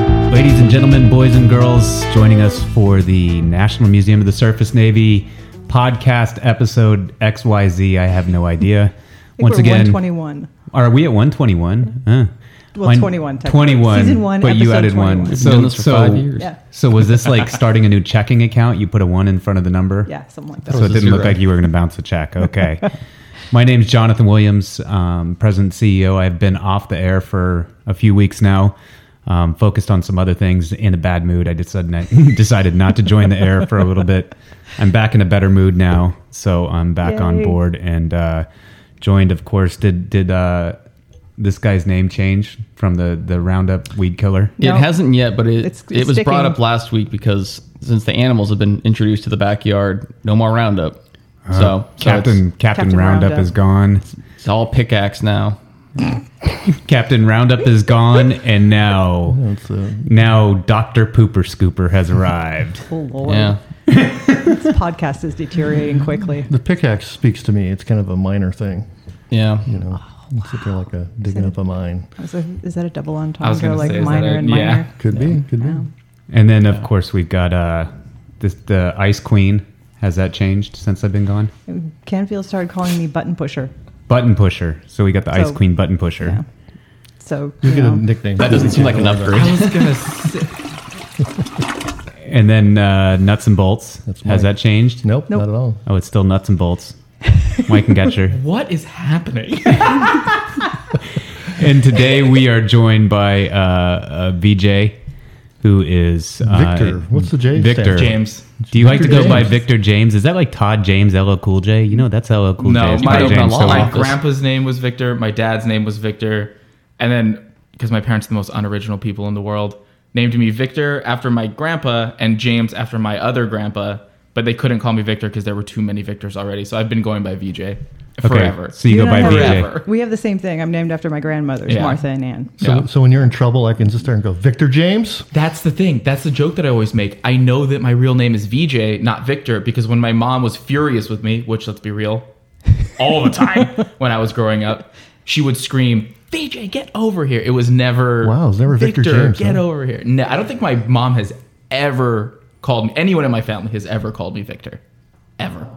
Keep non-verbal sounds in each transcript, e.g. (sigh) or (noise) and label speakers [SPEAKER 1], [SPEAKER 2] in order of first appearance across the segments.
[SPEAKER 1] and gentlemen, boys and girls, joining us for the National Museum of the Surface Navy podcast episode XYZ. I have no idea.
[SPEAKER 2] I think
[SPEAKER 1] Once
[SPEAKER 2] we're
[SPEAKER 1] again,
[SPEAKER 2] 121.
[SPEAKER 1] are we at 121? Huh.
[SPEAKER 2] Well,
[SPEAKER 1] Mine-
[SPEAKER 2] 21 technically.
[SPEAKER 1] 21.
[SPEAKER 2] Season one,
[SPEAKER 1] but you
[SPEAKER 2] episode
[SPEAKER 1] added
[SPEAKER 2] 21.
[SPEAKER 1] one.
[SPEAKER 2] We've
[SPEAKER 1] So,
[SPEAKER 3] doing this for
[SPEAKER 1] so,
[SPEAKER 3] five years.
[SPEAKER 2] Yeah.
[SPEAKER 1] so was this like starting a new checking account? You put a one in front of the number?
[SPEAKER 2] Yeah, something like
[SPEAKER 1] So
[SPEAKER 2] that.
[SPEAKER 1] it
[SPEAKER 3] was a
[SPEAKER 1] didn't look
[SPEAKER 3] zero.
[SPEAKER 1] like you were going to bounce a check. Okay. My name's Jonathan Williams, um, President CEO. I've been off the air for a few weeks now, um, focused on some other things in a bad mood. I decided, decided not (laughs) to join the air for a little bit. I'm back in a better mood now. So I'm back on
[SPEAKER 2] Yay.
[SPEAKER 1] board and uh, joined, of course. Did, did uh, this guy's name change from the, the Roundup weed killer?
[SPEAKER 3] It
[SPEAKER 2] No.
[SPEAKER 3] hasn't yet, but it,
[SPEAKER 2] It's-
[SPEAKER 3] it
[SPEAKER 2] it's
[SPEAKER 3] was brought
[SPEAKER 2] sticking.
[SPEAKER 3] up last week because since the animals have been introduced to the backyard, no more Roundup.
[SPEAKER 1] Uh,
[SPEAKER 3] so so
[SPEAKER 1] Captain,
[SPEAKER 3] it's,
[SPEAKER 1] Captain
[SPEAKER 2] Captain
[SPEAKER 1] Roundup,
[SPEAKER 2] Roundup.
[SPEAKER 1] is gone.
[SPEAKER 3] it's all pickaxe now.
[SPEAKER 1] Captain Roundup is gone, and now now Doctor Pooper Scooper has
[SPEAKER 4] (laughs)
[SPEAKER 1] arrived.
[SPEAKER 2] Oh, Lord.
[SPEAKER 3] Yeah,
[SPEAKER 2] This podcast is deteriorating quickly.
[SPEAKER 4] The pickaxe speaks to me. It's kind of a minor thing,
[SPEAKER 3] yeah.
[SPEAKER 4] you know.
[SPEAKER 2] Oh,
[SPEAKER 4] It's if you're like a digging up a mine.
[SPEAKER 2] I was like, is that a double
[SPEAKER 3] I was
[SPEAKER 2] entendre?
[SPEAKER 3] gonna
[SPEAKER 2] Like
[SPEAKER 3] say, is that
[SPEAKER 2] minor
[SPEAKER 3] a-
[SPEAKER 2] and
[SPEAKER 3] yeah.
[SPEAKER 2] minor?
[SPEAKER 4] Could be, could be.
[SPEAKER 1] And then, of course, we've got uh, this, the Ice Queen. Has that changed since I've been gone?
[SPEAKER 2] Canfield started calling me button pusher.
[SPEAKER 1] Button pusher. So we got the Ice
[SPEAKER 2] So-
[SPEAKER 1] Queen button pusher.
[SPEAKER 2] Yeah. So,
[SPEAKER 4] You
[SPEAKER 2] you
[SPEAKER 4] get a
[SPEAKER 2] know,
[SPEAKER 4] nickname.
[SPEAKER 3] That doesn't seem like an upgrade.
[SPEAKER 1] was gonna. (laughs) and then uh, nuts and bolts.
[SPEAKER 4] That's
[SPEAKER 1] has
[SPEAKER 4] mine.
[SPEAKER 1] that changed?
[SPEAKER 4] Nope,
[SPEAKER 2] Nope.
[SPEAKER 4] not at all.
[SPEAKER 1] Oh, it's still nuts and
[SPEAKER 2] (laughs)
[SPEAKER 1] bolts. Mike and Getcher.
[SPEAKER 5] What
[SPEAKER 1] (laughs)
[SPEAKER 5] is happening?
[SPEAKER 1] and today we are joined by uh, uh, VJ, who is uh,
[SPEAKER 4] Victor. What's the J stand
[SPEAKER 1] Victor
[SPEAKER 4] for?
[SPEAKER 5] James.
[SPEAKER 1] Do you like to
[SPEAKER 4] Victor
[SPEAKER 1] go by
[SPEAKER 4] James.
[SPEAKER 1] Victor James? Is that like Todd James, LL Cool J? You know that's LL Cool J.
[SPEAKER 5] No,
[SPEAKER 1] It's
[SPEAKER 5] my,
[SPEAKER 1] Todd
[SPEAKER 3] open
[SPEAKER 1] James,
[SPEAKER 3] law
[SPEAKER 1] so-
[SPEAKER 5] my
[SPEAKER 3] office.
[SPEAKER 5] grandpa's name was Victor. My dad's name was Victor. And then, because my parents are the most unoriginal people in the world, named me Victor after my grandpa and James after my other grandpa. But they couldn't call me Victor because there were too many Victors already. So I've been going by VJ forever.
[SPEAKER 1] Okay, so you
[SPEAKER 2] You
[SPEAKER 1] go
[SPEAKER 2] and
[SPEAKER 1] by
[SPEAKER 2] I have-
[SPEAKER 1] VJ.
[SPEAKER 5] Forever.
[SPEAKER 2] we have the same thing. I'm named after my grandmothers,
[SPEAKER 5] Yeah.
[SPEAKER 2] Martha and Ann.
[SPEAKER 4] So,
[SPEAKER 5] Yeah.
[SPEAKER 4] so when you're in trouble, I can just there and go, Victor James?
[SPEAKER 5] That's the thing. That's the joke that I always make. I know that my real name is VJ, not Victor, because when my mom was furious with me, which let's be real, (laughs) all the time (laughs) when I was growing up, she would scream, "VJ, get over here!" It was never
[SPEAKER 4] Wow, it was never Victor James,
[SPEAKER 5] get
[SPEAKER 4] huh?
[SPEAKER 5] over here. No, I don't think my mom has ever called me. Anyone in my family has ever called me Victor, ever.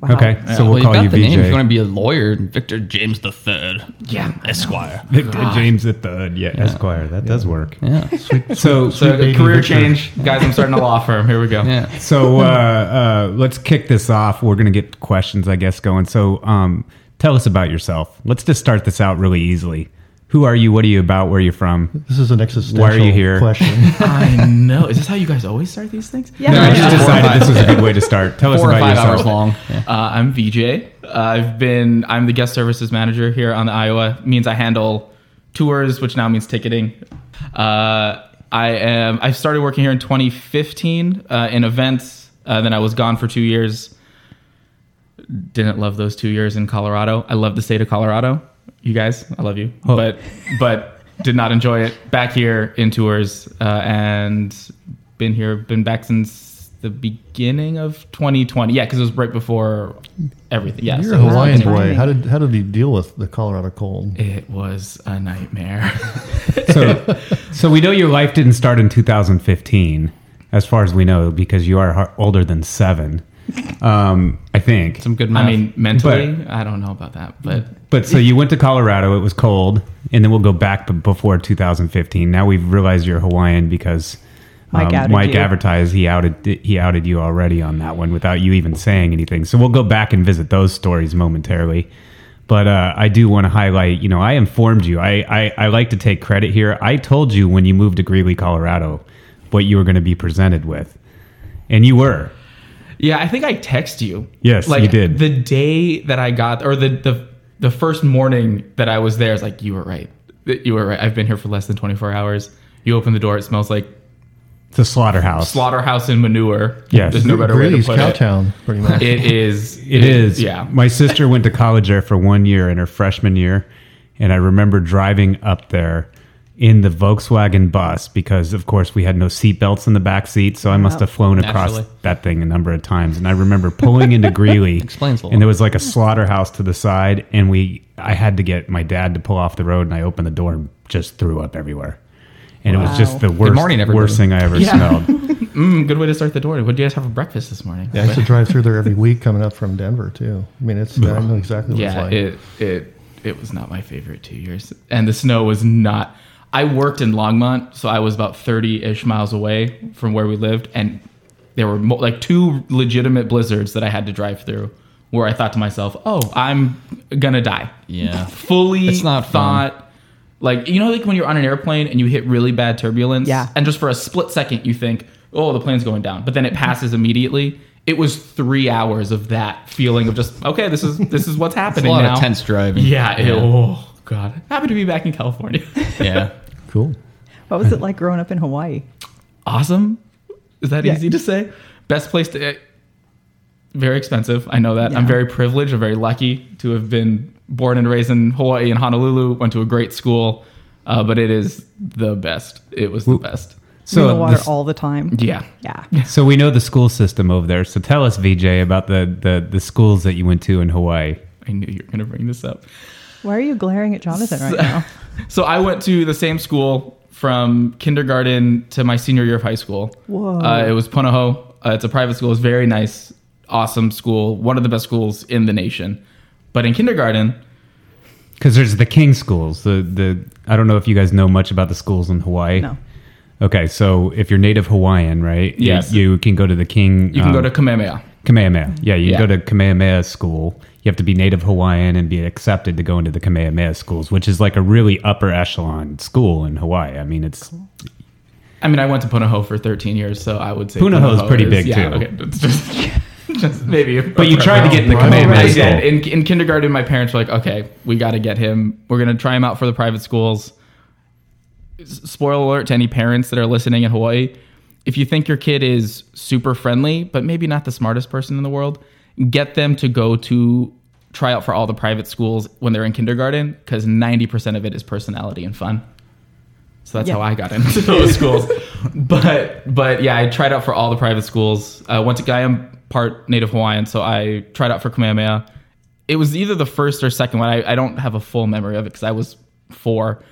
[SPEAKER 2] Wow.
[SPEAKER 1] Okay, so we'll
[SPEAKER 3] well,
[SPEAKER 1] call
[SPEAKER 3] got
[SPEAKER 1] you
[SPEAKER 3] the name. If you want
[SPEAKER 1] VJ.
[SPEAKER 3] to be a lawyer, Victor James the Third,
[SPEAKER 5] Yeah,
[SPEAKER 3] Esquire.
[SPEAKER 1] Victor James the third, yeah, Esquire. That does work.
[SPEAKER 3] Yeah,
[SPEAKER 1] So,
[SPEAKER 5] So
[SPEAKER 1] so,
[SPEAKER 5] a
[SPEAKER 4] baby
[SPEAKER 5] career
[SPEAKER 4] Victor.
[SPEAKER 5] change, guys. I'm starting a law firm. Here we go.
[SPEAKER 3] yeah.
[SPEAKER 1] so uh, uh, let's kick this off. We're gonna get questions, I guess, going. So, um, tell us about yourself. Let's just start this out really easily. Who are you? What are you about? Where are you from?
[SPEAKER 4] This is an existential
[SPEAKER 1] Why are you here?
[SPEAKER 5] (laughs)
[SPEAKER 4] question.
[SPEAKER 5] I know. Is this how you guys always start these things?
[SPEAKER 2] Yeah.
[SPEAKER 1] No, I
[SPEAKER 2] Yeah.
[SPEAKER 1] just decided this was a good way to start. Tell us
[SPEAKER 3] Four or
[SPEAKER 1] about
[SPEAKER 3] five
[SPEAKER 1] yourself.
[SPEAKER 3] hours long. Yeah.
[SPEAKER 5] (laughs) Uh, I'm VJ. Uh, I've been I'm the guest services manager here on the Iowa. Means I handle tours, which now means ticketing. Uh, I am. I started working here in 2015 uh, in events. Uh, then I was gone for two years. Didn't love those two years in Colorado. I love the state of Colorado. You guys, I love you, but but did not enjoy it. Back here in tours uh, and been here. Been back since the beginning of 2020. Yeah, because it was right before everything. Yeah,
[SPEAKER 4] You're
[SPEAKER 5] so
[SPEAKER 4] a
[SPEAKER 5] it was-
[SPEAKER 4] Hawaiian
[SPEAKER 2] timing.
[SPEAKER 4] boy. How did how did you deal with the Colorado cold?
[SPEAKER 5] It was a nightmare.
[SPEAKER 1] so, (laughs) so we know your life didn't start in 2015, as far as we know, because you are har- older than seven, um, I think.
[SPEAKER 3] (laughs) Some good math.
[SPEAKER 5] I mean, mentally, I don't know about that, but
[SPEAKER 4] Mm.
[SPEAKER 1] But so you went to Colorado, it was cold, and then we'll go back b- before 2015. Now we've realized you're Hawaiian because um,
[SPEAKER 2] Mike outed
[SPEAKER 1] Mike
[SPEAKER 2] you.
[SPEAKER 1] advertised he outed he outed you already on that one without you even saying anything. So we'll go back and visit those stories momentarily. But uh, I do want to highlight, you know, I informed you. I, I, I like to take credit here. I told you when you moved to Greeley, Colorado, what you were going to be presented with. And you were.
[SPEAKER 5] Yeah, I think I text you.
[SPEAKER 1] Yes,
[SPEAKER 5] like
[SPEAKER 1] you did.
[SPEAKER 5] The day that I got, or the the the first morning that I was there, it's like you were right. You were right. I've been here for less than twenty four hours. You open the door, it smells like
[SPEAKER 1] It's a slaughterhouse.
[SPEAKER 5] slaughterhouse and manure.
[SPEAKER 1] Yes.
[SPEAKER 5] there's no better way to
[SPEAKER 4] Greeley's
[SPEAKER 5] put it.
[SPEAKER 4] Cowtown, pretty much.
[SPEAKER 5] (laughs) It is.
[SPEAKER 1] It is.
[SPEAKER 5] Yeah.
[SPEAKER 1] My sister went to college there for one year in her freshman year. And I remember driving up there in the Volkswagen bus because, of course, we had no seatbelts in the back seat. So I must have flown across
[SPEAKER 3] Naturally.
[SPEAKER 1] that thing a number of times. And I remember pulling
[SPEAKER 3] (laughs)
[SPEAKER 1] into Greeley.
[SPEAKER 3] Explains a lot.
[SPEAKER 1] And there was like a slaughterhouse to the side. And we, I had to get my dad to pull off the road. And I opened the door and just threw up everywhere. and it was
[SPEAKER 2] Wow.
[SPEAKER 1] just the worst,
[SPEAKER 3] morning, everybody.
[SPEAKER 1] worst thing I ever
[SPEAKER 2] Yeah.
[SPEAKER 3] (laughs)
[SPEAKER 1] smelled.
[SPEAKER 5] Mm, good way to start the door. What do you guys have for breakfast this morning?
[SPEAKER 4] Yeah, I used to drive through there every week coming up from Denver too. I mean, it's I know exactly what it's
[SPEAKER 5] yeah
[SPEAKER 4] like.
[SPEAKER 5] it it it was not my favorite two years and the snow was not i worked in longmont so i was about 30-ish miles away from where we lived and there were mo- like two legitimate blizzards that i had to drive through where i thought to myself oh i'm gonna die
[SPEAKER 3] Yeah.
[SPEAKER 5] fully
[SPEAKER 3] It's not fun.
[SPEAKER 5] thought like you know like when you're on an airplane and you hit really bad turbulence
[SPEAKER 2] Yeah.
[SPEAKER 5] and just for a split second you think oh the plane's going down but then it passes immediately it was three hours of that feeling of just okay this is this is what's
[SPEAKER 3] It's a
[SPEAKER 5] happening
[SPEAKER 3] lot
[SPEAKER 5] now
[SPEAKER 3] of tense driving.
[SPEAKER 5] yeah, it-
[SPEAKER 3] Yeah.
[SPEAKER 5] oh god happy to be back in california (laughs)
[SPEAKER 3] yeah.
[SPEAKER 4] cool.
[SPEAKER 2] What was it like growing up in Hawaii?
[SPEAKER 5] awesome is that
[SPEAKER 2] Yeah.
[SPEAKER 5] easy to say best place to eh, very expensive i know that i'm
[SPEAKER 2] Yeah.
[SPEAKER 5] very privileged i'm very lucky to have been born and raised in hawaii in honolulu went to a great school uh, but it is the best it was the best
[SPEAKER 2] So in the
[SPEAKER 1] So,
[SPEAKER 2] water
[SPEAKER 1] this-
[SPEAKER 2] all the time.
[SPEAKER 5] Yeah.
[SPEAKER 2] Yeah.
[SPEAKER 1] so we know the school system over there. So tell us, VJ, about the the, the schools that you went to in Hawaii.
[SPEAKER 5] I knew you were going to bring this up.
[SPEAKER 2] Why are you glaring at Jonathan right now?
[SPEAKER 5] So I went to the same school from kindergarten to my senior year of high school.
[SPEAKER 2] Whoa.
[SPEAKER 5] Uh, it was Punahou. Uh, it's a private school. It's very nice, awesome school. One of the best schools in the nation. But in kindergarten,
[SPEAKER 1] Because there's the King schools. The the I don't know if you guys know much about the schools in Hawaii.
[SPEAKER 2] No.
[SPEAKER 1] Okay, so if you're native Hawaiian, right? you-
[SPEAKER 5] Yes.
[SPEAKER 1] You, can go to the King.
[SPEAKER 5] you can go
[SPEAKER 1] um,
[SPEAKER 5] to Kamehameha.
[SPEAKER 1] Kamehameha. Yeah, you
[SPEAKER 5] Yeah.
[SPEAKER 1] go to Kamehameha school. You have to be native Hawaiian and be accepted to go into the Kamehameha schools, which is like a really upper echelon school in Hawaii. I mean, it's
[SPEAKER 5] I mean, I went to Punahou for 13 years, so I would say
[SPEAKER 1] Punahou is pretty big,
[SPEAKER 5] yeah,
[SPEAKER 1] too.
[SPEAKER 5] Okay, (laughs) it's just, just maybe.
[SPEAKER 1] but you tried to get in the
[SPEAKER 4] Right.
[SPEAKER 1] Kamehameha
[SPEAKER 5] I
[SPEAKER 4] Right.
[SPEAKER 1] school.
[SPEAKER 5] did. In, in kindergarten, my parents were like, okay, we got to get him. We're going to try him out for the private schools. S- Spoiler alert to any parents that are listening in Hawaii. If you think your kid is super friendly, but maybe not the smartest person in the world, get them to go to try out for all the private schools when they're in kindergarten because 90% of it is personality and fun. So that's
[SPEAKER 2] Yeah.
[SPEAKER 5] how I got into (laughs) those schools. But but yeah, I tried out for all the private schools. Uh, once again, I am part Native Hawaiian, so I tried out for Kamehameha. It was either the first or second one. I, I don't have a full memory of it because I was four,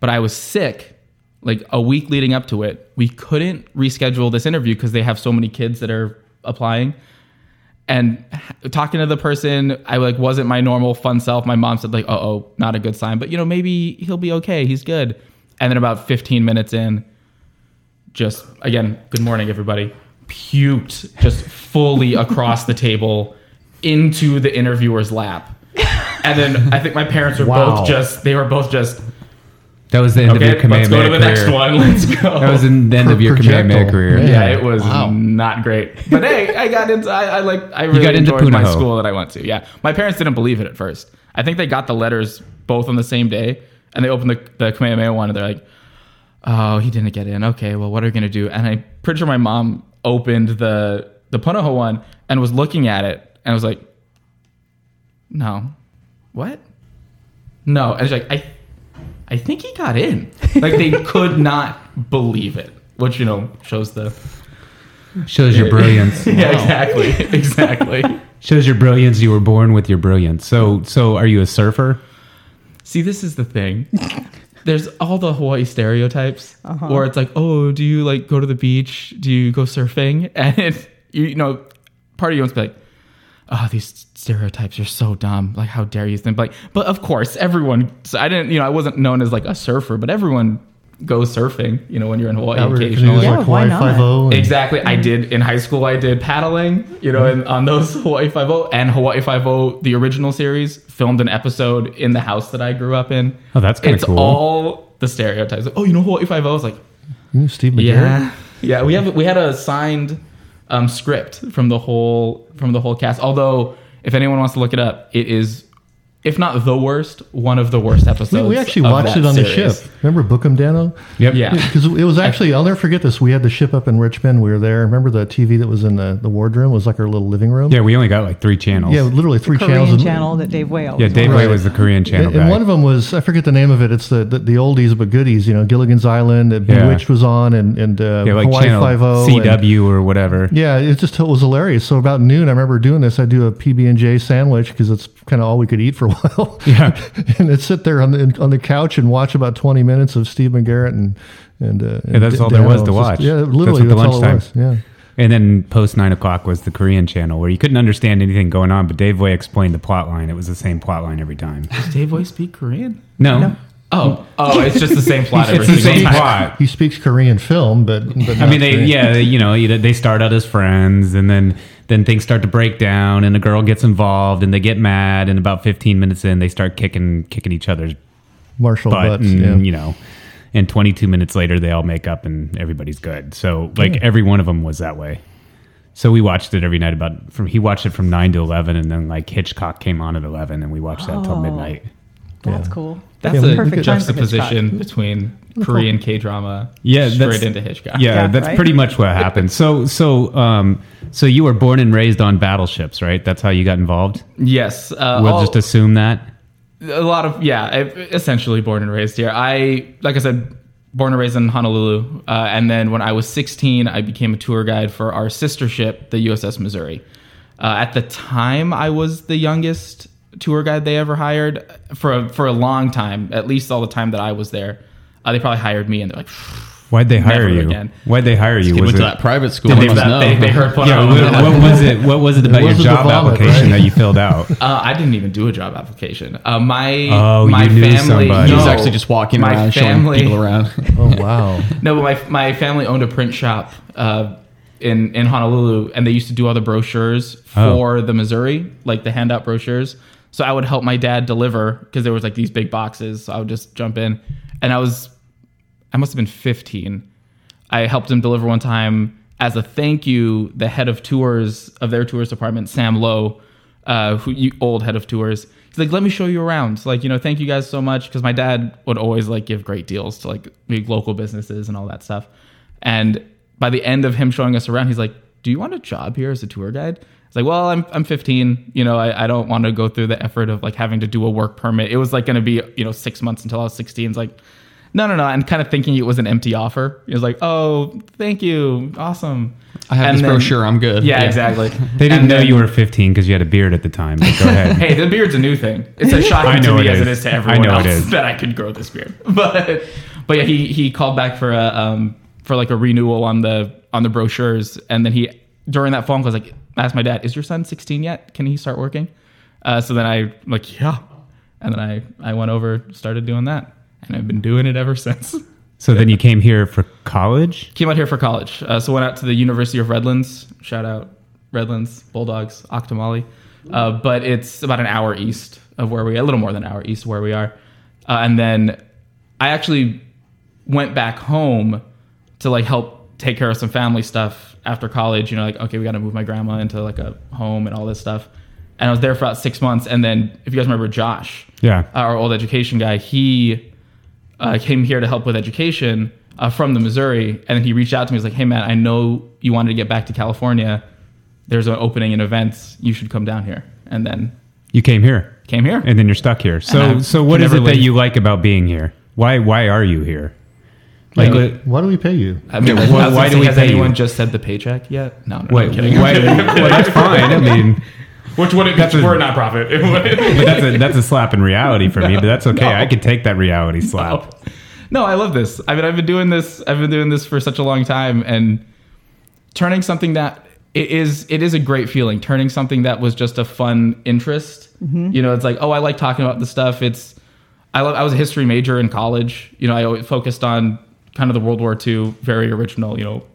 [SPEAKER 5] but I was sick like a week leading up to it. We couldn't reschedule this interview because they have so many kids that are applying and h- talking to the person i like wasn't my normal fun self my mom said like uh-oh not a good sign but you know maybe he'll be okay he's good and then about 15 minutes in just again good morning everybody puked just fully across the table into the interviewer's lap and then i think my parents were
[SPEAKER 1] Wow.
[SPEAKER 5] both just they were both just
[SPEAKER 1] That was the end of
[SPEAKER 5] okay
[SPEAKER 1] your Kamehameha
[SPEAKER 5] let's go to the
[SPEAKER 1] career.
[SPEAKER 5] next one (laughs) let's go
[SPEAKER 1] That was in the end of your
[SPEAKER 4] Projectile.
[SPEAKER 1] Kamehameha career.
[SPEAKER 4] Yeah.
[SPEAKER 5] yeah, it was
[SPEAKER 3] Wow.
[SPEAKER 5] not great. But hey, I got into I, I like I really
[SPEAKER 1] got into
[SPEAKER 5] enjoyed my
[SPEAKER 1] Punahou.
[SPEAKER 5] school that I went to. Yeah, my parents didn't believe it at first. I think they got the letters both on the same day, and they opened the the Kamehameha one, and they're like, "Oh, he didn't get in. Okay, well, what are we gonna do?" And I'm pretty sure my mom opened the the Punahou one and was looking at it and was like, "No, what? No." And she's like, "I." I think he got in. Like they
[SPEAKER 1] (laughs)
[SPEAKER 5] could not believe it, which you know shows the
[SPEAKER 1] Shows your brilliance.
[SPEAKER 5] yeah, exactly. (laughs) Exactly.
[SPEAKER 1] Shows your brilliance. You were born with your brilliance. So so are you a surfer?
[SPEAKER 5] See, this is the thing. There's all the Hawaii stereotypes where it's like, oh, do you like go to the beach? Do you go surfing? (laughs) And you know, part of you wants to be like, oh, these stereotypes are so dumb. Like, how dare you think? Like, but of course, everyone. So I didn't, you know, I wasn't known as like a surfer, but everyone goes surfing. You know, when you're in Hawaii
[SPEAKER 4] That weird, 'cause you
[SPEAKER 5] occasionally.
[SPEAKER 4] was
[SPEAKER 2] Yeah,
[SPEAKER 4] like
[SPEAKER 2] why
[SPEAKER 4] Hawaii
[SPEAKER 2] not?
[SPEAKER 4] Five O.
[SPEAKER 5] Exactly. I did in high school. I did paddling, you know,
[SPEAKER 4] Mm.
[SPEAKER 5] and on those (laughs) Hawaii Five O and Hawaii Five O, the original series, filmed an episode in the house that I grew up in.
[SPEAKER 1] Oh, that's kinda
[SPEAKER 5] It's
[SPEAKER 1] cool.
[SPEAKER 5] all the stereotypes. Like, oh, you know Hawaii Five O? I was like,
[SPEAKER 4] Steve McGarrett.
[SPEAKER 5] yeah, yeah. We have we had a signed um, script from the whole from the whole cast. Although, if anyone wants to look it up, it is. If not the worst, one of the worst
[SPEAKER 4] We,
[SPEAKER 5] episodes.
[SPEAKER 4] we actually
[SPEAKER 5] of
[SPEAKER 4] watched
[SPEAKER 5] that
[SPEAKER 4] it on
[SPEAKER 5] series.
[SPEAKER 4] the ship. Remember Bookham Dano?
[SPEAKER 1] Yep.
[SPEAKER 5] Yeah.
[SPEAKER 4] Because it was actually, I'll never forget this. We had the ship up in Richmond. We were there. Remember the TV that was in the, the wardroom? It was like our little living room?
[SPEAKER 1] Yeah, we only got like three channels.
[SPEAKER 4] Yeah, literally three channels.
[SPEAKER 2] Korean
[SPEAKER 4] and-
[SPEAKER 2] channel that Dave Wales.
[SPEAKER 1] Yeah, Dave Way was the Korean channel
[SPEAKER 4] And,
[SPEAKER 1] guy.
[SPEAKER 4] and one of them was I forget the name of it. It's the the, the oldies but goodies. You know, Gilligan's Island, and
[SPEAKER 1] Yeah.
[SPEAKER 4] Bewitched was on, and and uh,
[SPEAKER 1] yeah, like
[SPEAKER 4] Hawaii
[SPEAKER 1] channel
[SPEAKER 4] Five O.
[SPEAKER 1] CW or whatever.
[SPEAKER 4] Yeah, it just it was hilarious. So about noon, I remember doing this. I do a PB and J sandwich because it's kind of all we could eat for a (laughs)
[SPEAKER 1] (laughs)
[SPEAKER 4] while.
[SPEAKER 1] Yeah.
[SPEAKER 4] (laughs) and I'd sit there on the on the couch and watch about twenty minutes of Steve McGarrett and And, uh, and
[SPEAKER 1] that's
[SPEAKER 4] d-
[SPEAKER 1] all there was
[SPEAKER 4] Dano,
[SPEAKER 1] to
[SPEAKER 4] it's
[SPEAKER 1] watch.
[SPEAKER 4] Just, yeah,
[SPEAKER 1] That's
[SPEAKER 4] literally
[SPEAKER 1] what the
[SPEAKER 4] that's, all it
[SPEAKER 1] lunchtime-
[SPEAKER 4] was. Yeah.
[SPEAKER 1] And then post nine o'clock was the Korean channel where you couldn't understand anything going on, but Dave Way explained the plot line. It was the same plot line every time.
[SPEAKER 5] Does Dave Boy speak Korean?
[SPEAKER 1] No,
[SPEAKER 5] (laughs) Oh, oh, it's just the same
[SPEAKER 4] (laughs)
[SPEAKER 5] plot every
[SPEAKER 1] it's the
[SPEAKER 5] single
[SPEAKER 1] same
[SPEAKER 5] time.
[SPEAKER 1] plot.
[SPEAKER 4] He speaks Korean film, but, but
[SPEAKER 1] I
[SPEAKER 4] not
[SPEAKER 1] mean, they
[SPEAKER 4] Korean.
[SPEAKER 1] yeah, they, you know, you- they start out as friends, and then then things start to break down, and a girl gets involved, and they get mad, and about fifteen minutes in, they start kicking kicking each other's
[SPEAKER 4] Martial
[SPEAKER 1] butt,
[SPEAKER 4] butts.
[SPEAKER 1] and,
[SPEAKER 4] yeah.
[SPEAKER 1] mm, you know. And 22 minutes later, they all make up and everybody's good. So, like, every one of them was that way. So we watched it every night. About from he watched it from nine to eleven, and then like Hitchcock came on at eleven, and we watched that till
[SPEAKER 2] Oh.
[SPEAKER 1] midnight.
[SPEAKER 2] That's
[SPEAKER 4] Yeah.
[SPEAKER 2] cool.
[SPEAKER 5] That's
[SPEAKER 4] Yeah, we
[SPEAKER 5] a
[SPEAKER 4] could- Perfect
[SPEAKER 5] perfect
[SPEAKER 2] time for
[SPEAKER 5] juxtaposition between Korean K drama
[SPEAKER 1] Yeah, that's-
[SPEAKER 5] straight into Hitchcock.
[SPEAKER 1] Yeah,
[SPEAKER 2] Yeah,
[SPEAKER 1] that's
[SPEAKER 2] right?
[SPEAKER 1] pretty much what happened. So, so, um, so you were born and raised on battleships, right? That's how you got involved.
[SPEAKER 5] Yes. Uh,
[SPEAKER 1] We'll
[SPEAKER 5] all-
[SPEAKER 1] just assume that.
[SPEAKER 5] a lot of yeah I- essentially born and raised here i like i said born and raised in honolulu uh, and then when i was 16 i became a tour guide for our sister ship the uss missouri uh, at the time i was the youngest tour guide they ever hired for a, for a long time at least all the time that i was there uh, they probably hired me and they're like
[SPEAKER 1] Why'd they hire
[SPEAKER 5] Never
[SPEAKER 1] you?
[SPEAKER 5] again.
[SPEAKER 1] Why'd they hire you?
[SPEAKER 3] He went
[SPEAKER 1] Was
[SPEAKER 3] to
[SPEAKER 1] it-
[SPEAKER 3] that private school.
[SPEAKER 1] Did
[SPEAKER 3] I
[SPEAKER 1] they-
[SPEAKER 3] must
[SPEAKER 1] that-
[SPEAKER 3] know.
[SPEAKER 5] they, they heard
[SPEAKER 1] (laughs)
[SPEAKER 5] what
[SPEAKER 1] yeah,
[SPEAKER 5] I was doing.
[SPEAKER 1] what, what was it? What was it about your
[SPEAKER 4] wasn't the
[SPEAKER 1] job
[SPEAKER 4] vomit,
[SPEAKER 1] application
[SPEAKER 4] right?
[SPEAKER 1] that you filled (laughs) out?
[SPEAKER 5] Uh, I didn't even do a job application. Uh, my
[SPEAKER 1] Oh, you
[SPEAKER 5] my
[SPEAKER 1] knew
[SPEAKER 5] family.
[SPEAKER 1] somebody.
[SPEAKER 5] No,
[SPEAKER 3] He's actually just walking
[SPEAKER 5] my
[SPEAKER 3] around,
[SPEAKER 5] family-
[SPEAKER 3] showing people around. (laughs)
[SPEAKER 1] (laughs)
[SPEAKER 4] Oh, wow.
[SPEAKER 5] No, but my my family owned a print shop uh, in in Honolulu, and they used to do all the brochures
[SPEAKER 1] Oh.
[SPEAKER 5] for the Missouri, like the handout brochures. So I would help my dad deliver because there was like these big boxes. So I would just jump in, and I was I must have been 15. I helped him deliver one time as a thank you. The head of tours of their tours department, Sam Lowe, uh, who you, old head of tours, he's like, "Let me show you around." So, like, you know, thank you guys so much because my dad would always like give great deals to like big local businesses and all that stuff. And by the end of him showing us around, he's like, "Do you want a job here as a tour guide?" It's like, well, I'm I'm 15. You know, I, I don't want to go through the effort of like having to do a work permit. It was like going to be you know six months until I was 16. It's like, no, no, no. And kind of thinking it was an empty offer. It was like, oh, thank you. Awesome.
[SPEAKER 3] I have
[SPEAKER 5] And
[SPEAKER 3] this
[SPEAKER 5] then-
[SPEAKER 3] brochure. I'm good.
[SPEAKER 5] Yeah, exactly.
[SPEAKER 1] They didn't
[SPEAKER 5] And
[SPEAKER 1] know
[SPEAKER 5] then-
[SPEAKER 1] you were 15 because you had a beard at the time. But go (laughs) ahead.
[SPEAKER 5] (laughs) Hey, the beard's a new thing. It's as shocking
[SPEAKER 1] I know
[SPEAKER 5] to me
[SPEAKER 1] it
[SPEAKER 5] as it
[SPEAKER 1] is.
[SPEAKER 5] is to
[SPEAKER 1] I
[SPEAKER 5] everyone
[SPEAKER 1] know
[SPEAKER 5] else
[SPEAKER 1] it is.
[SPEAKER 5] (laughs) that I could grow this beard. (laughs) But but yeah, he he called back for a um for like a renewal on the on the brochures, and then he during that phone call was like I asked my dad, "Is your son 16 yet? Can he start working?" Uh, so then I like yeah, and then I I went over started doing that, and I've been doing it ever (laughs) since.
[SPEAKER 1] So then you came here for college.
[SPEAKER 5] Came out here for college. Uh, so went out to the University of Redlands. Shout out Redlands Bulldogs, Octomali. Uh, but it's about an hour east of where we, a little more than an hour east of where we are. Uh, and then I actually went back home to like help take care of some family stuff after college. You know, like okay, we got to move my grandma into like a home and all this stuff. And I was there for about six months. And then if you guys remember Josh,
[SPEAKER 1] Yeah.
[SPEAKER 5] our old education guy, he uh, came here to help with education uh, from the Missouri, and then he reached out to me. He's like, "Hey, man, I know you wanted to get back to California. There's an opening in events. You should come down here." And then
[SPEAKER 1] You came here,
[SPEAKER 5] came here.
[SPEAKER 1] and then you're stuck here. So
[SPEAKER 5] And I
[SPEAKER 1] so
[SPEAKER 5] could
[SPEAKER 1] what is
[SPEAKER 5] never
[SPEAKER 1] it that
[SPEAKER 5] leave.
[SPEAKER 1] you like about being here? Why why are you here? Like
[SPEAKER 5] Yeah.
[SPEAKER 4] Why do we pay you?
[SPEAKER 5] I mean,
[SPEAKER 1] Why-
[SPEAKER 5] I was gonna
[SPEAKER 1] why do
[SPEAKER 5] say,
[SPEAKER 1] we
[SPEAKER 5] has
[SPEAKER 1] pay
[SPEAKER 5] anyone
[SPEAKER 1] you?
[SPEAKER 5] just said the paycheck yet? No, no, no,
[SPEAKER 1] wait,
[SPEAKER 5] I'm kidding.
[SPEAKER 1] why? (laughs) well, that's fine. I mean,
[SPEAKER 5] Which would it be for a nonprofit?
[SPEAKER 1] (laughs) but that's a that's a slap in reality for me. But (laughs) that's okay. I could take that reality (laughs) slap.
[SPEAKER 5] no, I love this. I mean, I've been doing this. I've been doing this for such a long time, and turning something that it is it is a great feeling. Turning something that was just a fun interest. You know, it's like, oh, I like talking about this stuff. It's I love. I was a history major in college. You know, I always focused on kind of the World War II. Very original. You know,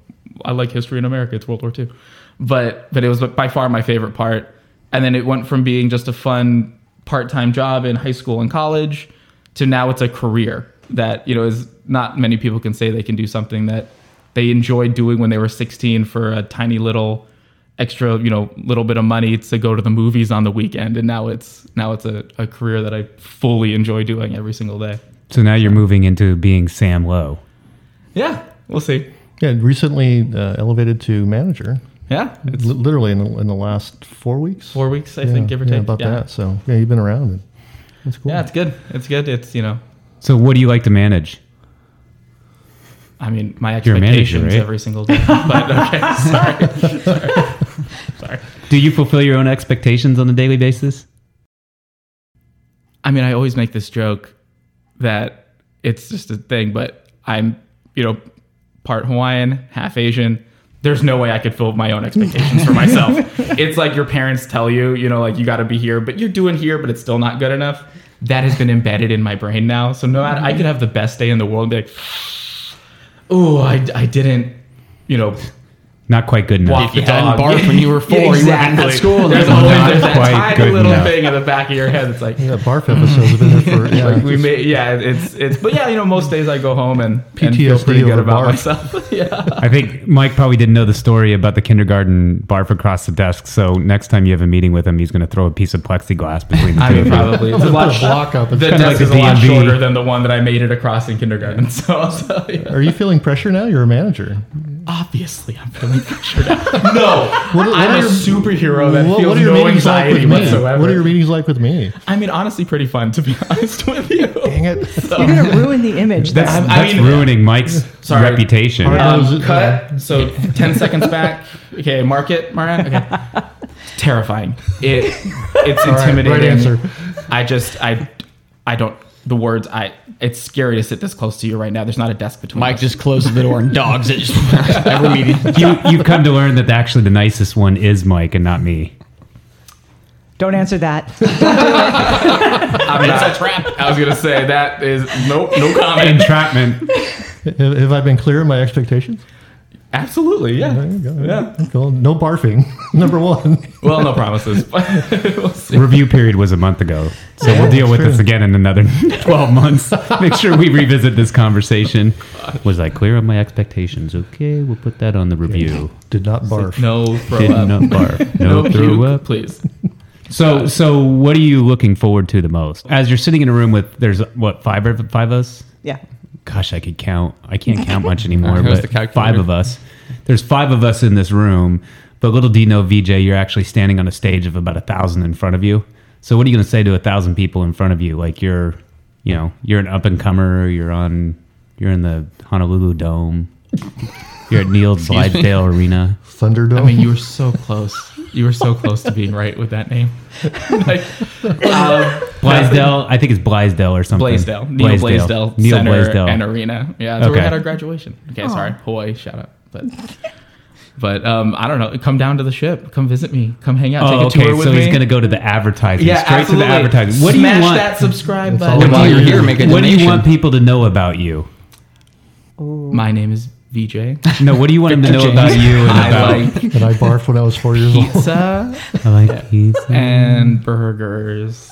[SPEAKER 5] I like history in America. It's World War II, but but it was by far my favorite part. And then it went from being just a fun part-time job in high school and college to now it's a career that you know is not many people can say they can do something that they enjoyed doing when they were 16 for a tiny little extra you know little bit of money to go to the movies on the weekend and now it's now it's a, a career that i fully enjoy doing every single day
[SPEAKER 1] So now you're moving into being Sam Lowe.
[SPEAKER 5] yeah we'll see
[SPEAKER 4] Yeah, recently uh, elevated to manager,
[SPEAKER 5] yeah
[SPEAKER 4] It's literally in the, in the last four weeks.
[SPEAKER 5] four weeks i
[SPEAKER 4] yeah,
[SPEAKER 5] think give or
[SPEAKER 4] yeah,
[SPEAKER 5] take
[SPEAKER 4] about
[SPEAKER 5] yeah.
[SPEAKER 4] that. So yeah, you've been around. It. That's cool.
[SPEAKER 5] yeah it's good it's good it's you know
[SPEAKER 1] So what do you like to manage?
[SPEAKER 5] i mean my
[SPEAKER 1] You're a manager,
[SPEAKER 5] expectations
[SPEAKER 1] right?
[SPEAKER 5] every single day (laughs) but okay sorry
[SPEAKER 1] Do you fulfill your own expectations on a daily basis?
[SPEAKER 5] I mean, I always make this joke that it's just a thing, but I'm you know, part Hawaiian, half Asian. There's no way I could fill my own expectations
[SPEAKER 3] (laughs)
[SPEAKER 5] for myself. It's like your parents tell you, you know, like you got to be here, but you're doing here, but it's still not good enough. That has been embedded in my brain now. So no matter, I could have the best day in the world and be like, (sighs) oh, I, I didn't, you know,
[SPEAKER 1] Not quite good enough.
[SPEAKER 5] walk the
[SPEAKER 3] you hadn't
[SPEAKER 5] dog.
[SPEAKER 3] barfed when you were four, you wouldn't have
[SPEAKER 5] exactly.
[SPEAKER 3] that school and
[SPEAKER 5] There's
[SPEAKER 3] there's
[SPEAKER 5] always
[SPEAKER 1] not
[SPEAKER 5] there's that
[SPEAKER 1] quite
[SPEAKER 5] tiny
[SPEAKER 1] good
[SPEAKER 5] little
[SPEAKER 1] enough.
[SPEAKER 5] thing in the back of your head. It's like,
[SPEAKER 4] Yeah, that barf episode's been there for yeah,
[SPEAKER 5] like we may, (laughs) yeah, it's it's, but yeah, you know, most days I go home and, and feel
[SPEAKER 4] PTSD
[SPEAKER 5] pretty good
[SPEAKER 4] over
[SPEAKER 5] about
[SPEAKER 4] barf. (laughs)
[SPEAKER 5] myself. yeah,
[SPEAKER 1] I think Mike probably didn't know the story about the kindergarten barf across the desk. So next time you have a meeting with him, he's going to throw a piece of plexiglass between the
[SPEAKER 5] I
[SPEAKER 1] two of
[SPEAKER 5] mean,
[SPEAKER 1] you.
[SPEAKER 5] probably it's a
[SPEAKER 4] Put
[SPEAKER 5] lot.
[SPEAKER 4] a block
[SPEAKER 5] (laughs)
[SPEAKER 4] up. It's
[SPEAKER 5] the
[SPEAKER 4] kinda
[SPEAKER 5] desk
[SPEAKER 1] like
[SPEAKER 5] is
[SPEAKER 1] the
[SPEAKER 5] a lot
[SPEAKER 1] DMV.
[SPEAKER 5] shorter than the one that I made it across in kindergarten. (laughs) So, so, yeah.
[SPEAKER 4] Are you feeling pressure now? You're a manager.
[SPEAKER 5] obviously, I'm feeling pressure now. (laughs) no,
[SPEAKER 4] are- what
[SPEAKER 5] I'm
[SPEAKER 4] are
[SPEAKER 5] a
[SPEAKER 4] your-
[SPEAKER 5] superhero that
[SPEAKER 4] What-
[SPEAKER 5] feels
[SPEAKER 4] what are your
[SPEAKER 5] no
[SPEAKER 4] meetings like
[SPEAKER 5] anxiety
[SPEAKER 4] with me?
[SPEAKER 5] whatsoever.
[SPEAKER 4] What are your meetings like with me?
[SPEAKER 5] I mean, honestly, pretty fun to be (laughs) honest with you.
[SPEAKER 4] Dang it.
[SPEAKER 2] You're going to ruin the image.
[SPEAKER 1] That's,
[SPEAKER 2] that-
[SPEAKER 5] I'm- I
[SPEAKER 1] that's
[SPEAKER 5] mean-
[SPEAKER 1] ruining Mike's
[SPEAKER 5] Sorry.
[SPEAKER 1] reputation.
[SPEAKER 4] Are
[SPEAKER 5] Um,
[SPEAKER 4] those-
[SPEAKER 5] cut. (laughs) So ten seconds back. Okay, mark it, Mariah. (laughs) Okay. Terrifying. It it's intimidating.
[SPEAKER 4] right answer.
[SPEAKER 5] I just I I don't the words I it's scary to sit this close to you right now. There's not a desk between
[SPEAKER 3] Mike
[SPEAKER 5] us. (laughs)
[SPEAKER 3] just closes the door and dogs it just
[SPEAKER 1] (laughs)
[SPEAKER 3] every meeting.
[SPEAKER 1] you, you've come to learn that actually the nicest one is Mike and not me.
[SPEAKER 2] Don't answer that.
[SPEAKER 5] I'm not, a trap. I was gonna say that is nope, no (laughs) comment.
[SPEAKER 1] Entrapment.
[SPEAKER 4] (laughs) Have, have I been clear in my expectations?
[SPEAKER 5] Absolutely, yeah.
[SPEAKER 4] There you go.
[SPEAKER 5] Yeah.
[SPEAKER 4] Cool. No barfing. (laughs) Number one.
[SPEAKER 5] Well, no promises. but we'll see.
[SPEAKER 1] Review period was a month ago. So we'll deal with this again in another (laughs) 12 months. Make sure we revisit this conversation. Was I clear on my expectations? Okay, we'll put that on the review.
[SPEAKER 4] Did not barf.
[SPEAKER 5] (laughs) No throw
[SPEAKER 1] Did
[SPEAKER 5] up.
[SPEAKER 1] not
[SPEAKER 5] (laughs)
[SPEAKER 1] barf.
[SPEAKER 5] No,
[SPEAKER 1] No, throw
[SPEAKER 5] puke,
[SPEAKER 1] up.
[SPEAKER 5] please.
[SPEAKER 1] So, so what are you looking forward to the most? As you're sitting in a room with, there's what five of five of us.
[SPEAKER 2] Yeah.
[SPEAKER 1] Gosh, I could count. I can't count
[SPEAKER 5] (laughs)
[SPEAKER 1] much anymore.
[SPEAKER 3] Here's
[SPEAKER 1] but
[SPEAKER 3] the calculator.
[SPEAKER 1] five of us. There's five of us in this room. But little do you know, VJ, you're actually standing on a stage of about a thousand in front of you. So, what are you going to say to a thousand people in front of you? Like you're, you know, you're an up and comer. You're on. You're in the Honolulu Dome. You're at Neil Slidedale
[SPEAKER 5] (laughs)
[SPEAKER 1] Arena.
[SPEAKER 4] Thunderdome.
[SPEAKER 5] I mean, you were so close. You were so close to being right with that name. (laughs) like, um,
[SPEAKER 1] Blaisdell, I think it's Blaisdell or something.
[SPEAKER 5] Blaisdell, Neil Blaisdell,
[SPEAKER 1] Neil
[SPEAKER 5] Center
[SPEAKER 1] Blaisdell.
[SPEAKER 5] and Arena. Yeah, that's where we
[SPEAKER 1] Okay.
[SPEAKER 5] had our graduation. Okay, sorry, Hawaii, shout out. But (laughs) but um, I don't know. Come down to the ship. Come visit me. Come hang out.
[SPEAKER 1] Oh,
[SPEAKER 5] take a
[SPEAKER 1] okay.
[SPEAKER 5] tour with
[SPEAKER 1] so
[SPEAKER 5] me.
[SPEAKER 1] he's going to go to the advertising.
[SPEAKER 5] yeah,
[SPEAKER 1] straight
[SPEAKER 5] absolutely.
[SPEAKER 1] to the advertising. What
[SPEAKER 5] Smash
[SPEAKER 1] do you want?
[SPEAKER 5] that subscribe
[SPEAKER 4] That's all
[SPEAKER 5] button.
[SPEAKER 4] about
[SPEAKER 3] While you're
[SPEAKER 4] you.
[SPEAKER 3] here, make a
[SPEAKER 1] what do you
[SPEAKER 3] donation.
[SPEAKER 1] want people to know about you?
[SPEAKER 5] My name is VJ.
[SPEAKER 1] No, what do you want them to know about you and about?
[SPEAKER 5] (laughs) I
[SPEAKER 1] (laughs)
[SPEAKER 4] (laughs)
[SPEAKER 5] like
[SPEAKER 4] and I barfed when I was four years old.
[SPEAKER 5] pizza
[SPEAKER 1] I like pizza.
[SPEAKER 5] and burgers.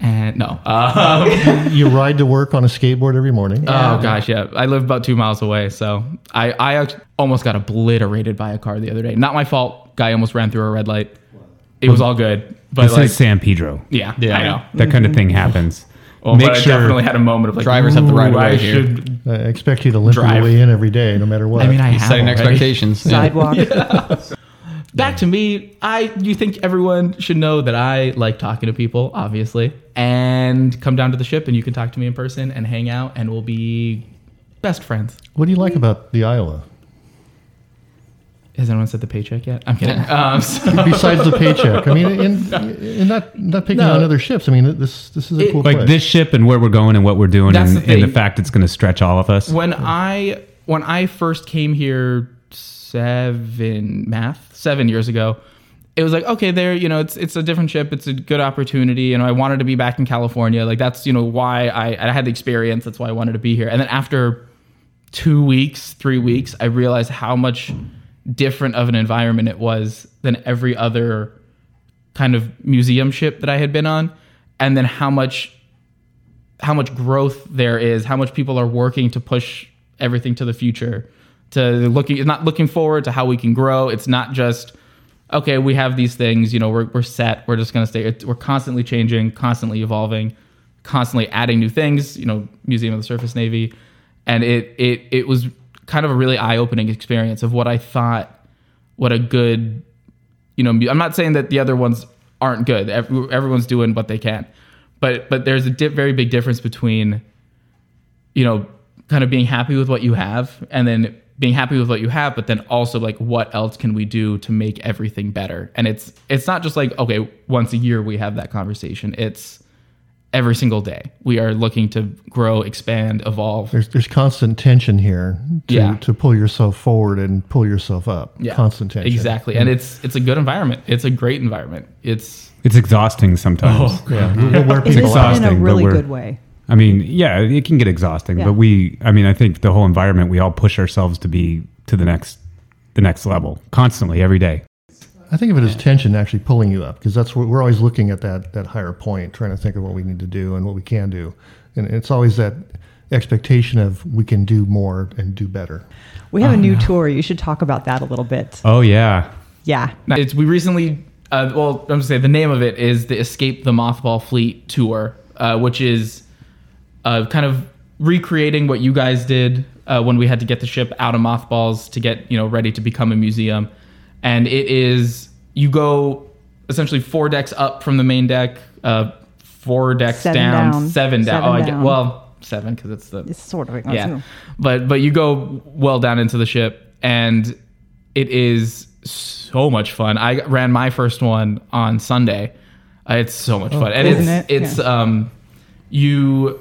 [SPEAKER 5] And no, um, (laughs)
[SPEAKER 4] You ride to work on a skateboard every morning.
[SPEAKER 5] Oh gosh, yeah. I live about two miles away, so I I act- almost got obliterated by a car the other day. Not my fault. Guy almost ran through a red light. It was all good, but
[SPEAKER 1] this
[SPEAKER 5] like,
[SPEAKER 1] is San Pedro.
[SPEAKER 5] yeah, I know.
[SPEAKER 1] That kind of thing happens.
[SPEAKER 5] Well,
[SPEAKER 1] Make
[SPEAKER 5] Oh, but I
[SPEAKER 1] sure.
[SPEAKER 5] definitely had a moment of like,
[SPEAKER 3] Drivers have the right
[SPEAKER 5] "Ooh,
[SPEAKER 3] of way
[SPEAKER 5] I
[SPEAKER 3] here."
[SPEAKER 5] should.
[SPEAKER 4] I expect you to limp
[SPEAKER 5] Drive.
[SPEAKER 4] your way in every day, no matter what.
[SPEAKER 5] I mean, I have
[SPEAKER 3] Setting
[SPEAKER 5] already.
[SPEAKER 3] expectations. Yeah.
[SPEAKER 2] Sidewalk.
[SPEAKER 5] Back to me. I you think everyone should know that I like talking to people, obviously, and come down to the ship and you can talk to me in person and hang out, and we'll be best friends.
[SPEAKER 4] what do you like about the Iowa?
[SPEAKER 5] Has anyone said the paycheck yet? I'm kidding. Um, so-
[SPEAKER 4] Besides the paycheck, I mean, (laughs) and, and not not picking
[SPEAKER 5] No.
[SPEAKER 4] on other ships. I mean, this this is a
[SPEAKER 5] It-
[SPEAKER 4] cool
[SPEAKER 1] like
[SPEAKER 4] place.
[SPEAKER 1] this ship and where we're going and what we're doing
[SPEAKER 5] That's
[SPEAKER 1] and
[SPEAKER 5] the
[SPEAKER 1] and the
[SPEAKER 5] thing.
[SPEAKER 1] fact it's going to stretch all of us.
[SPEAKER 5] when I when I first came here seven math seven years ago, it was like okay, there you know it's it's a different ship, it's a good opportunity, and I wanted to be back in California. Like that's you know why I I had the experience, that's why I wanted to be here. And then after two weeks, three weeks, I realized how much different of an environment it was than every other kind of museum ship that I had been on, and then how much how much growth there is, how much people are working to push everything to the future, to looking not looking forward to how we can grow. It's not just okay, we have these things, you know, we're we're set, we're just gonna stay. It, we're constantly changing, constantly evolving, constantly adding new things. You know, Museum of the Surface Navy, and it it it was kind of a really eye opening experience of what I thought, what a good you know mu- i'm not saying that the other ones aren't good Ev- everyone's doing what they can but but there's a di- very big difference between you know kind of being happy with what you have and then being happy with what you have but then also like what else can we do to make everything better and it's it's not just like okay once a year we have that conversation it's every single day. We are looking to grow, expand, evolve.
[SPEAKER 4] There's there's constant tension here to
[SPEAKER 5] Yeah.
[SPEAKER 4] to pull yourself forward and pull yourself up.
[SPEAKER 5] Yeah,
[SPEAKER 4] Constant tension. Mm-hmm.
[SPEAKER 5] Exactly, and it's it's a good environment. It's a great environment. It's
[SPEAKER 1] It's exhausting sometimes.
[SPEAKER 5] Oh.
[SPEAKER 4] Yeah. We'll, we'll wear
[SPEAKER 2] Is
[SPEAKER 4] people
[SPEAKER 2] this
[SPEAKER 4] out.
[SPEAKER 2] in a
[SPEAKER 1] exhausting, but
[SPEAKER 2] really
[SPEAKER 1] we're-
[SPEAKER 2] good way?
[SPEAKER 1] I mean, yeah, it can get exhausting,
[SPEAKER 2] Yeah.
[SPEAKER 1] but we I mean, I think the whole environment we all push ourselves to be to the next the next level constantly every day.
[SPEAKER 4] I think of it as tension actually pulling you up because that's what we're always looking at that that higher point, trying to think of what we need to do and what we can do, and it's always that expectation of we can do more and do better.
[SPEAKER 2] We have a new
[SPEAKER 5] Ah.
[SPEAKER 2] tour. You should talk about that a little bit.
[SPEAKER 1] Oh yeah.
[SPEAKER 2] Yeah.
[SPEAKER 5] it's we recently. Uh, well, I'm gonna say the name of it is the Escape the Mothball Fleet Tour, uh, which is uh, kind of recreating what you guys did uh, when we had to get the ship out of mothballs to get you know ready to become a museum. And it is you go essentially four decks up from the main deck, uh, four decks
[SPEAKER 2] Seven
[SPEAKER 5] down,
[SPEAKER 2] down.
[SPEAKER 5] seven down.
[SPEAKER 2] Seven
[SPEAKER 5] oh, I get,
[SPEAKER 2] down.
[SPEAKER 5] well, seven because it's the
[SPEAKER 2] It's sort of
[SPEAKER 5] yeah but but you go well down into the ship and it is so much fun i ran my first one on sunday Uh, it's so much fun and
[SPEAKER 2] Oh, isn't
[SPEAKER 5] it's
[SPEAKER 2] it?
[SPEAKER 5] it's um you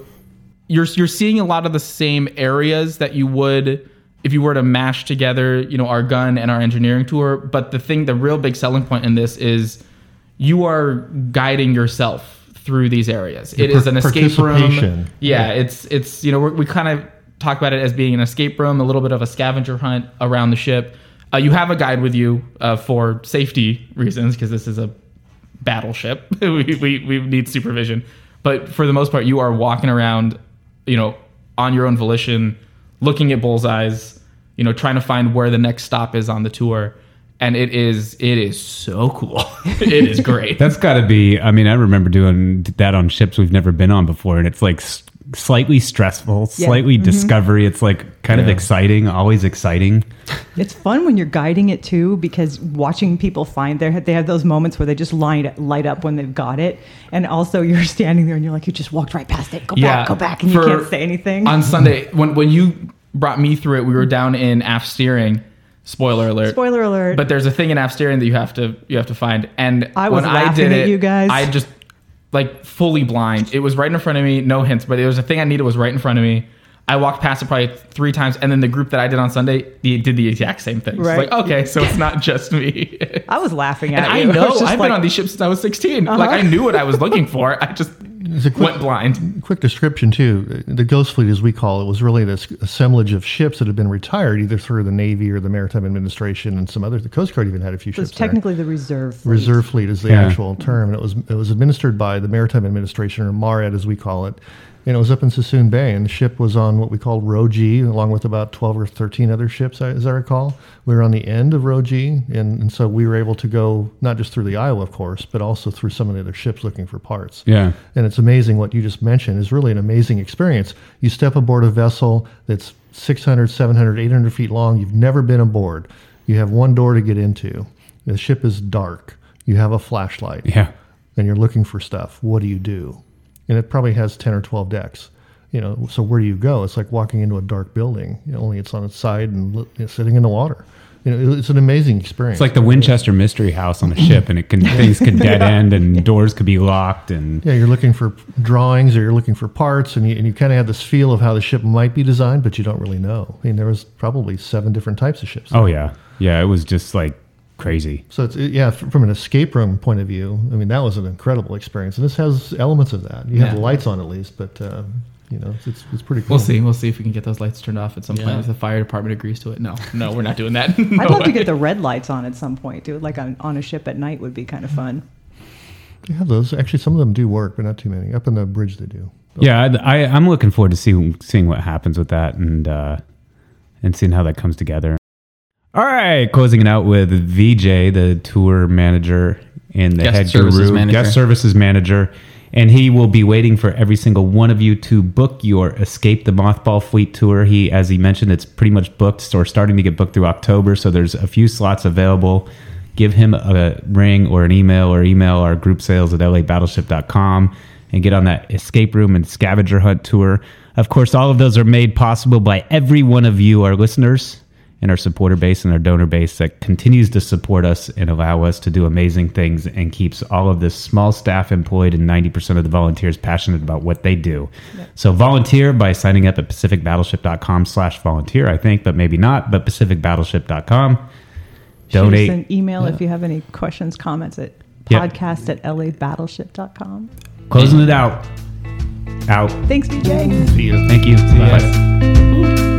[SPEAKER 5] you're you're seeing a lot of the same areas that you would if you were to mash together, you know, our gun and our engineering tour. But the thing, the real big selling point in this is you are guiding yourself through these areas. it is an
[SPEAKER 4] par-
[SPEAKER 5] escape room.
[SPEAKER 4] participation.
[SPEAKER 5] Yeah, it's it's you know we're, we kind of talk about it as being an escape room, a little bit of a scavenger hunt around the ship. Uh, you have a guide with you uh, for safety reasons because this is a battleship. (laughs) we, we, we need supervision. But for the most part, you are walking around, you know, on your own volition, looking at bullseyes, you know, trying to find where the next stop is on the tour. And it is it is so cool. (laughs) it is great.
[SPEAKER 1] That's got to be. I mean, I remember doing that on ships we've never been on before, and it's like s- slightly stressful,
[SPEAKER 2] Yeah.
[SPEAKER 1] slightly discovery. It's like kind of
[SPEAKER 4] Yeah.
[SPEAKER 1] exciting, always exciting.
[SPEAKER 2] It's fun when you're guiding it too, because watching people find their they have those moments where they just light light up when they've got it, and also you're (laughs) standing there and you're like, you just walked right past it. Go back, go back, and
[SPEAKER 5] for-
[SPEAKER 2] you can't say anything.
[SPEAKER 5] On Sunday, when when you brought me through it, we were down in aft steering. Spoiler alert.
[SPEAKER 2] Spoiler alert.
[SPEAKER 5] But there's a thing in aft steering that you have to you have to find. And
[SPEAKER 2] I was
[SPEAKER 5] when I
[SPEAKER 2] laughing
[SPEAKER 5] did
[SPEAKER 2] at
[SPEAKER 5] it,
[SPEAKER 2] you guys.
[SPEAKER 5] I just like fully blind. It was right in front of me, no hints, but it was a thing I needed was right in front of me. I walked past it probably three times, and then the group that I did on Sunday they did the exact same thing. It's
[SPEAKER 2] Right.
[SPEAKER 5] like, okay, so it's not just me. (laughs)
[SPEAKER 2] I was laughing
[SPEAKER 5] and
[SPEAKER 2] at
[SPEAKER 5] I
[SPEAKER 2] you. (laughs)
[SPEAKER 5] know
[SPEAKER 2] was
[SPEAKER 5] I've
[SPEAKER 2] just
[SPEAKER 5] been
[SPEAKER 2] like-
[SPEAKER 5] on these ships since I was 16. Like
[SPEAKER 2] Uh-huh.
[SPEAKER 5] I knew what I was looking for. I just
[SPEAKER 4] It's a quick-
[SPEAKER 5] went blind.
[SPEAKER 4] Quick description too. The Ghost Fleet, as we call it, was really this assemblage of ships that had been retired either through the Navy or the Maritime Administration and some other. The Coast Guard even had a few
[SPEAKER 2] It was
[SPEAKER 4] ships. there.
[SPEAKER 2] technically the reserve. fleet.
[SPEAKER 4] Reserve Fleet is the
[SPEAKER 1] Yeah.
[SPEAKER 4] actual term, and it was it was administered by the Maritime Administration or MARAD as we call it. And it was up in Sassoon Bay, and the ship was on what we called Row G, along with about twelve or thirteen other ships, I- as I recall. We were on the end of Row G, and, and so we were able to go not just through the Isle, of course, but also through some of the other ships looking for parts.
[SPEAKER 1] Yeah.
[SPEAKER 4] And it's amazing what you just mentioned is really an amazing experience. You step aboard a vessel that's 600, 700, 800 feet long. You've never been aboard. You have one door to get into. The ship is dark. You have a flashlight
[SPEAKER 1] Yeah.
[SPEAKER 4] and you're looking for stuff. What do you do? And it probably has 10 or 12 decks. You know, so where do you go? It's like walking into a dark building, you know, only it's on its side and li- it's sitting in the water. You know, it- it's an amazing experience.
[SPEAKER 1] It's like the Winchester Mystery House on a ship, and it can things can dead end, and doors could be locked, and
[SPEAKER 4] Yeah, you're looking for drawings or you're looking for parts, and you, and you kind of have this feel of how the ship might be designed, but you don't really know. I mean, there was probably seven different types of ships.
[SPEAKER 1] oh yeah, yeah. It was just like crazy.
[SPEAKER 4] So it's yeah, f- from an escape room point of view, I mean that was an incredible experience, and this has elements of that. You have
[SPEAKER 5] Yeah.
[SPEAKER 4] the lights on at least, but uh, you know it's- it's it's pretty cool.
[SPEAKER 5] We'll see. We'll see if we can get those lights turned off at some point
[SPEAKER 3] Yeah.
[SPEAKER 5] if the fire department agrees to it. No, no, we're not doing that.
[SPEAKER 2] I'd
[SPEAKER 5] (laughs) No
[SPEAKER 2] love to
[SPEAKER 5] way.
[SPEAKER 2] get the red lights on at some point, dude. Like on, on a ship at night would be kind of fun.
[SPEAKER 4] They have those. Actually, some of them do work, but not too many. Up in the bridge, they do.
[SPEAKER 1] Yeah, I'd- I, I'm looking forward to see, seeing what happens with that and uh, and seeing how that comes together. All right, closing it out with VJ, the tour manager and the
[SPEAKER 3] Guest
[SPEAKER 1] head
[SPEAKER 3] services
[SPEAKER 1] guru,
[SPEAKER 3] manager.
[SPEAKER 1] guest services manager, and he will be waiting for every single one of you to book your Escape the Mothball Fleet tour. He, as he mentioned, it's pretty much booked or starting to get booked through October, so there's a few slots available. Give him a ring or an email or email our group sales at labattleship.com and get on that escape room and scavenger hunt tour. Of course, all of those are made possible by every one of you, our listeners and our supporter base and our donor base that continues to support us and allow us to do amazing things and keeps all of this small staff employed and 90% of the volunteers passionate about what they do. So volunteer by signing up at pacificbattleship.com slash volunteer, I think, but maybe not, but pacificbattleship.com.
[SPEAKER 2] Shoot us
[SPEAKER 1] Donate.
[SPEAKER 2] an email if you have any questions, comments at
[SPEAKER 1] Yep.
[SPEAKER 2] podcast at labattleship.com.
[SPEAKER 1] Closing it out. Out.
[SPEAKER 2] Thanks, DJ.
[SPEAKER 1] Thank you. Bye.
[SPEAKER 5] Yes.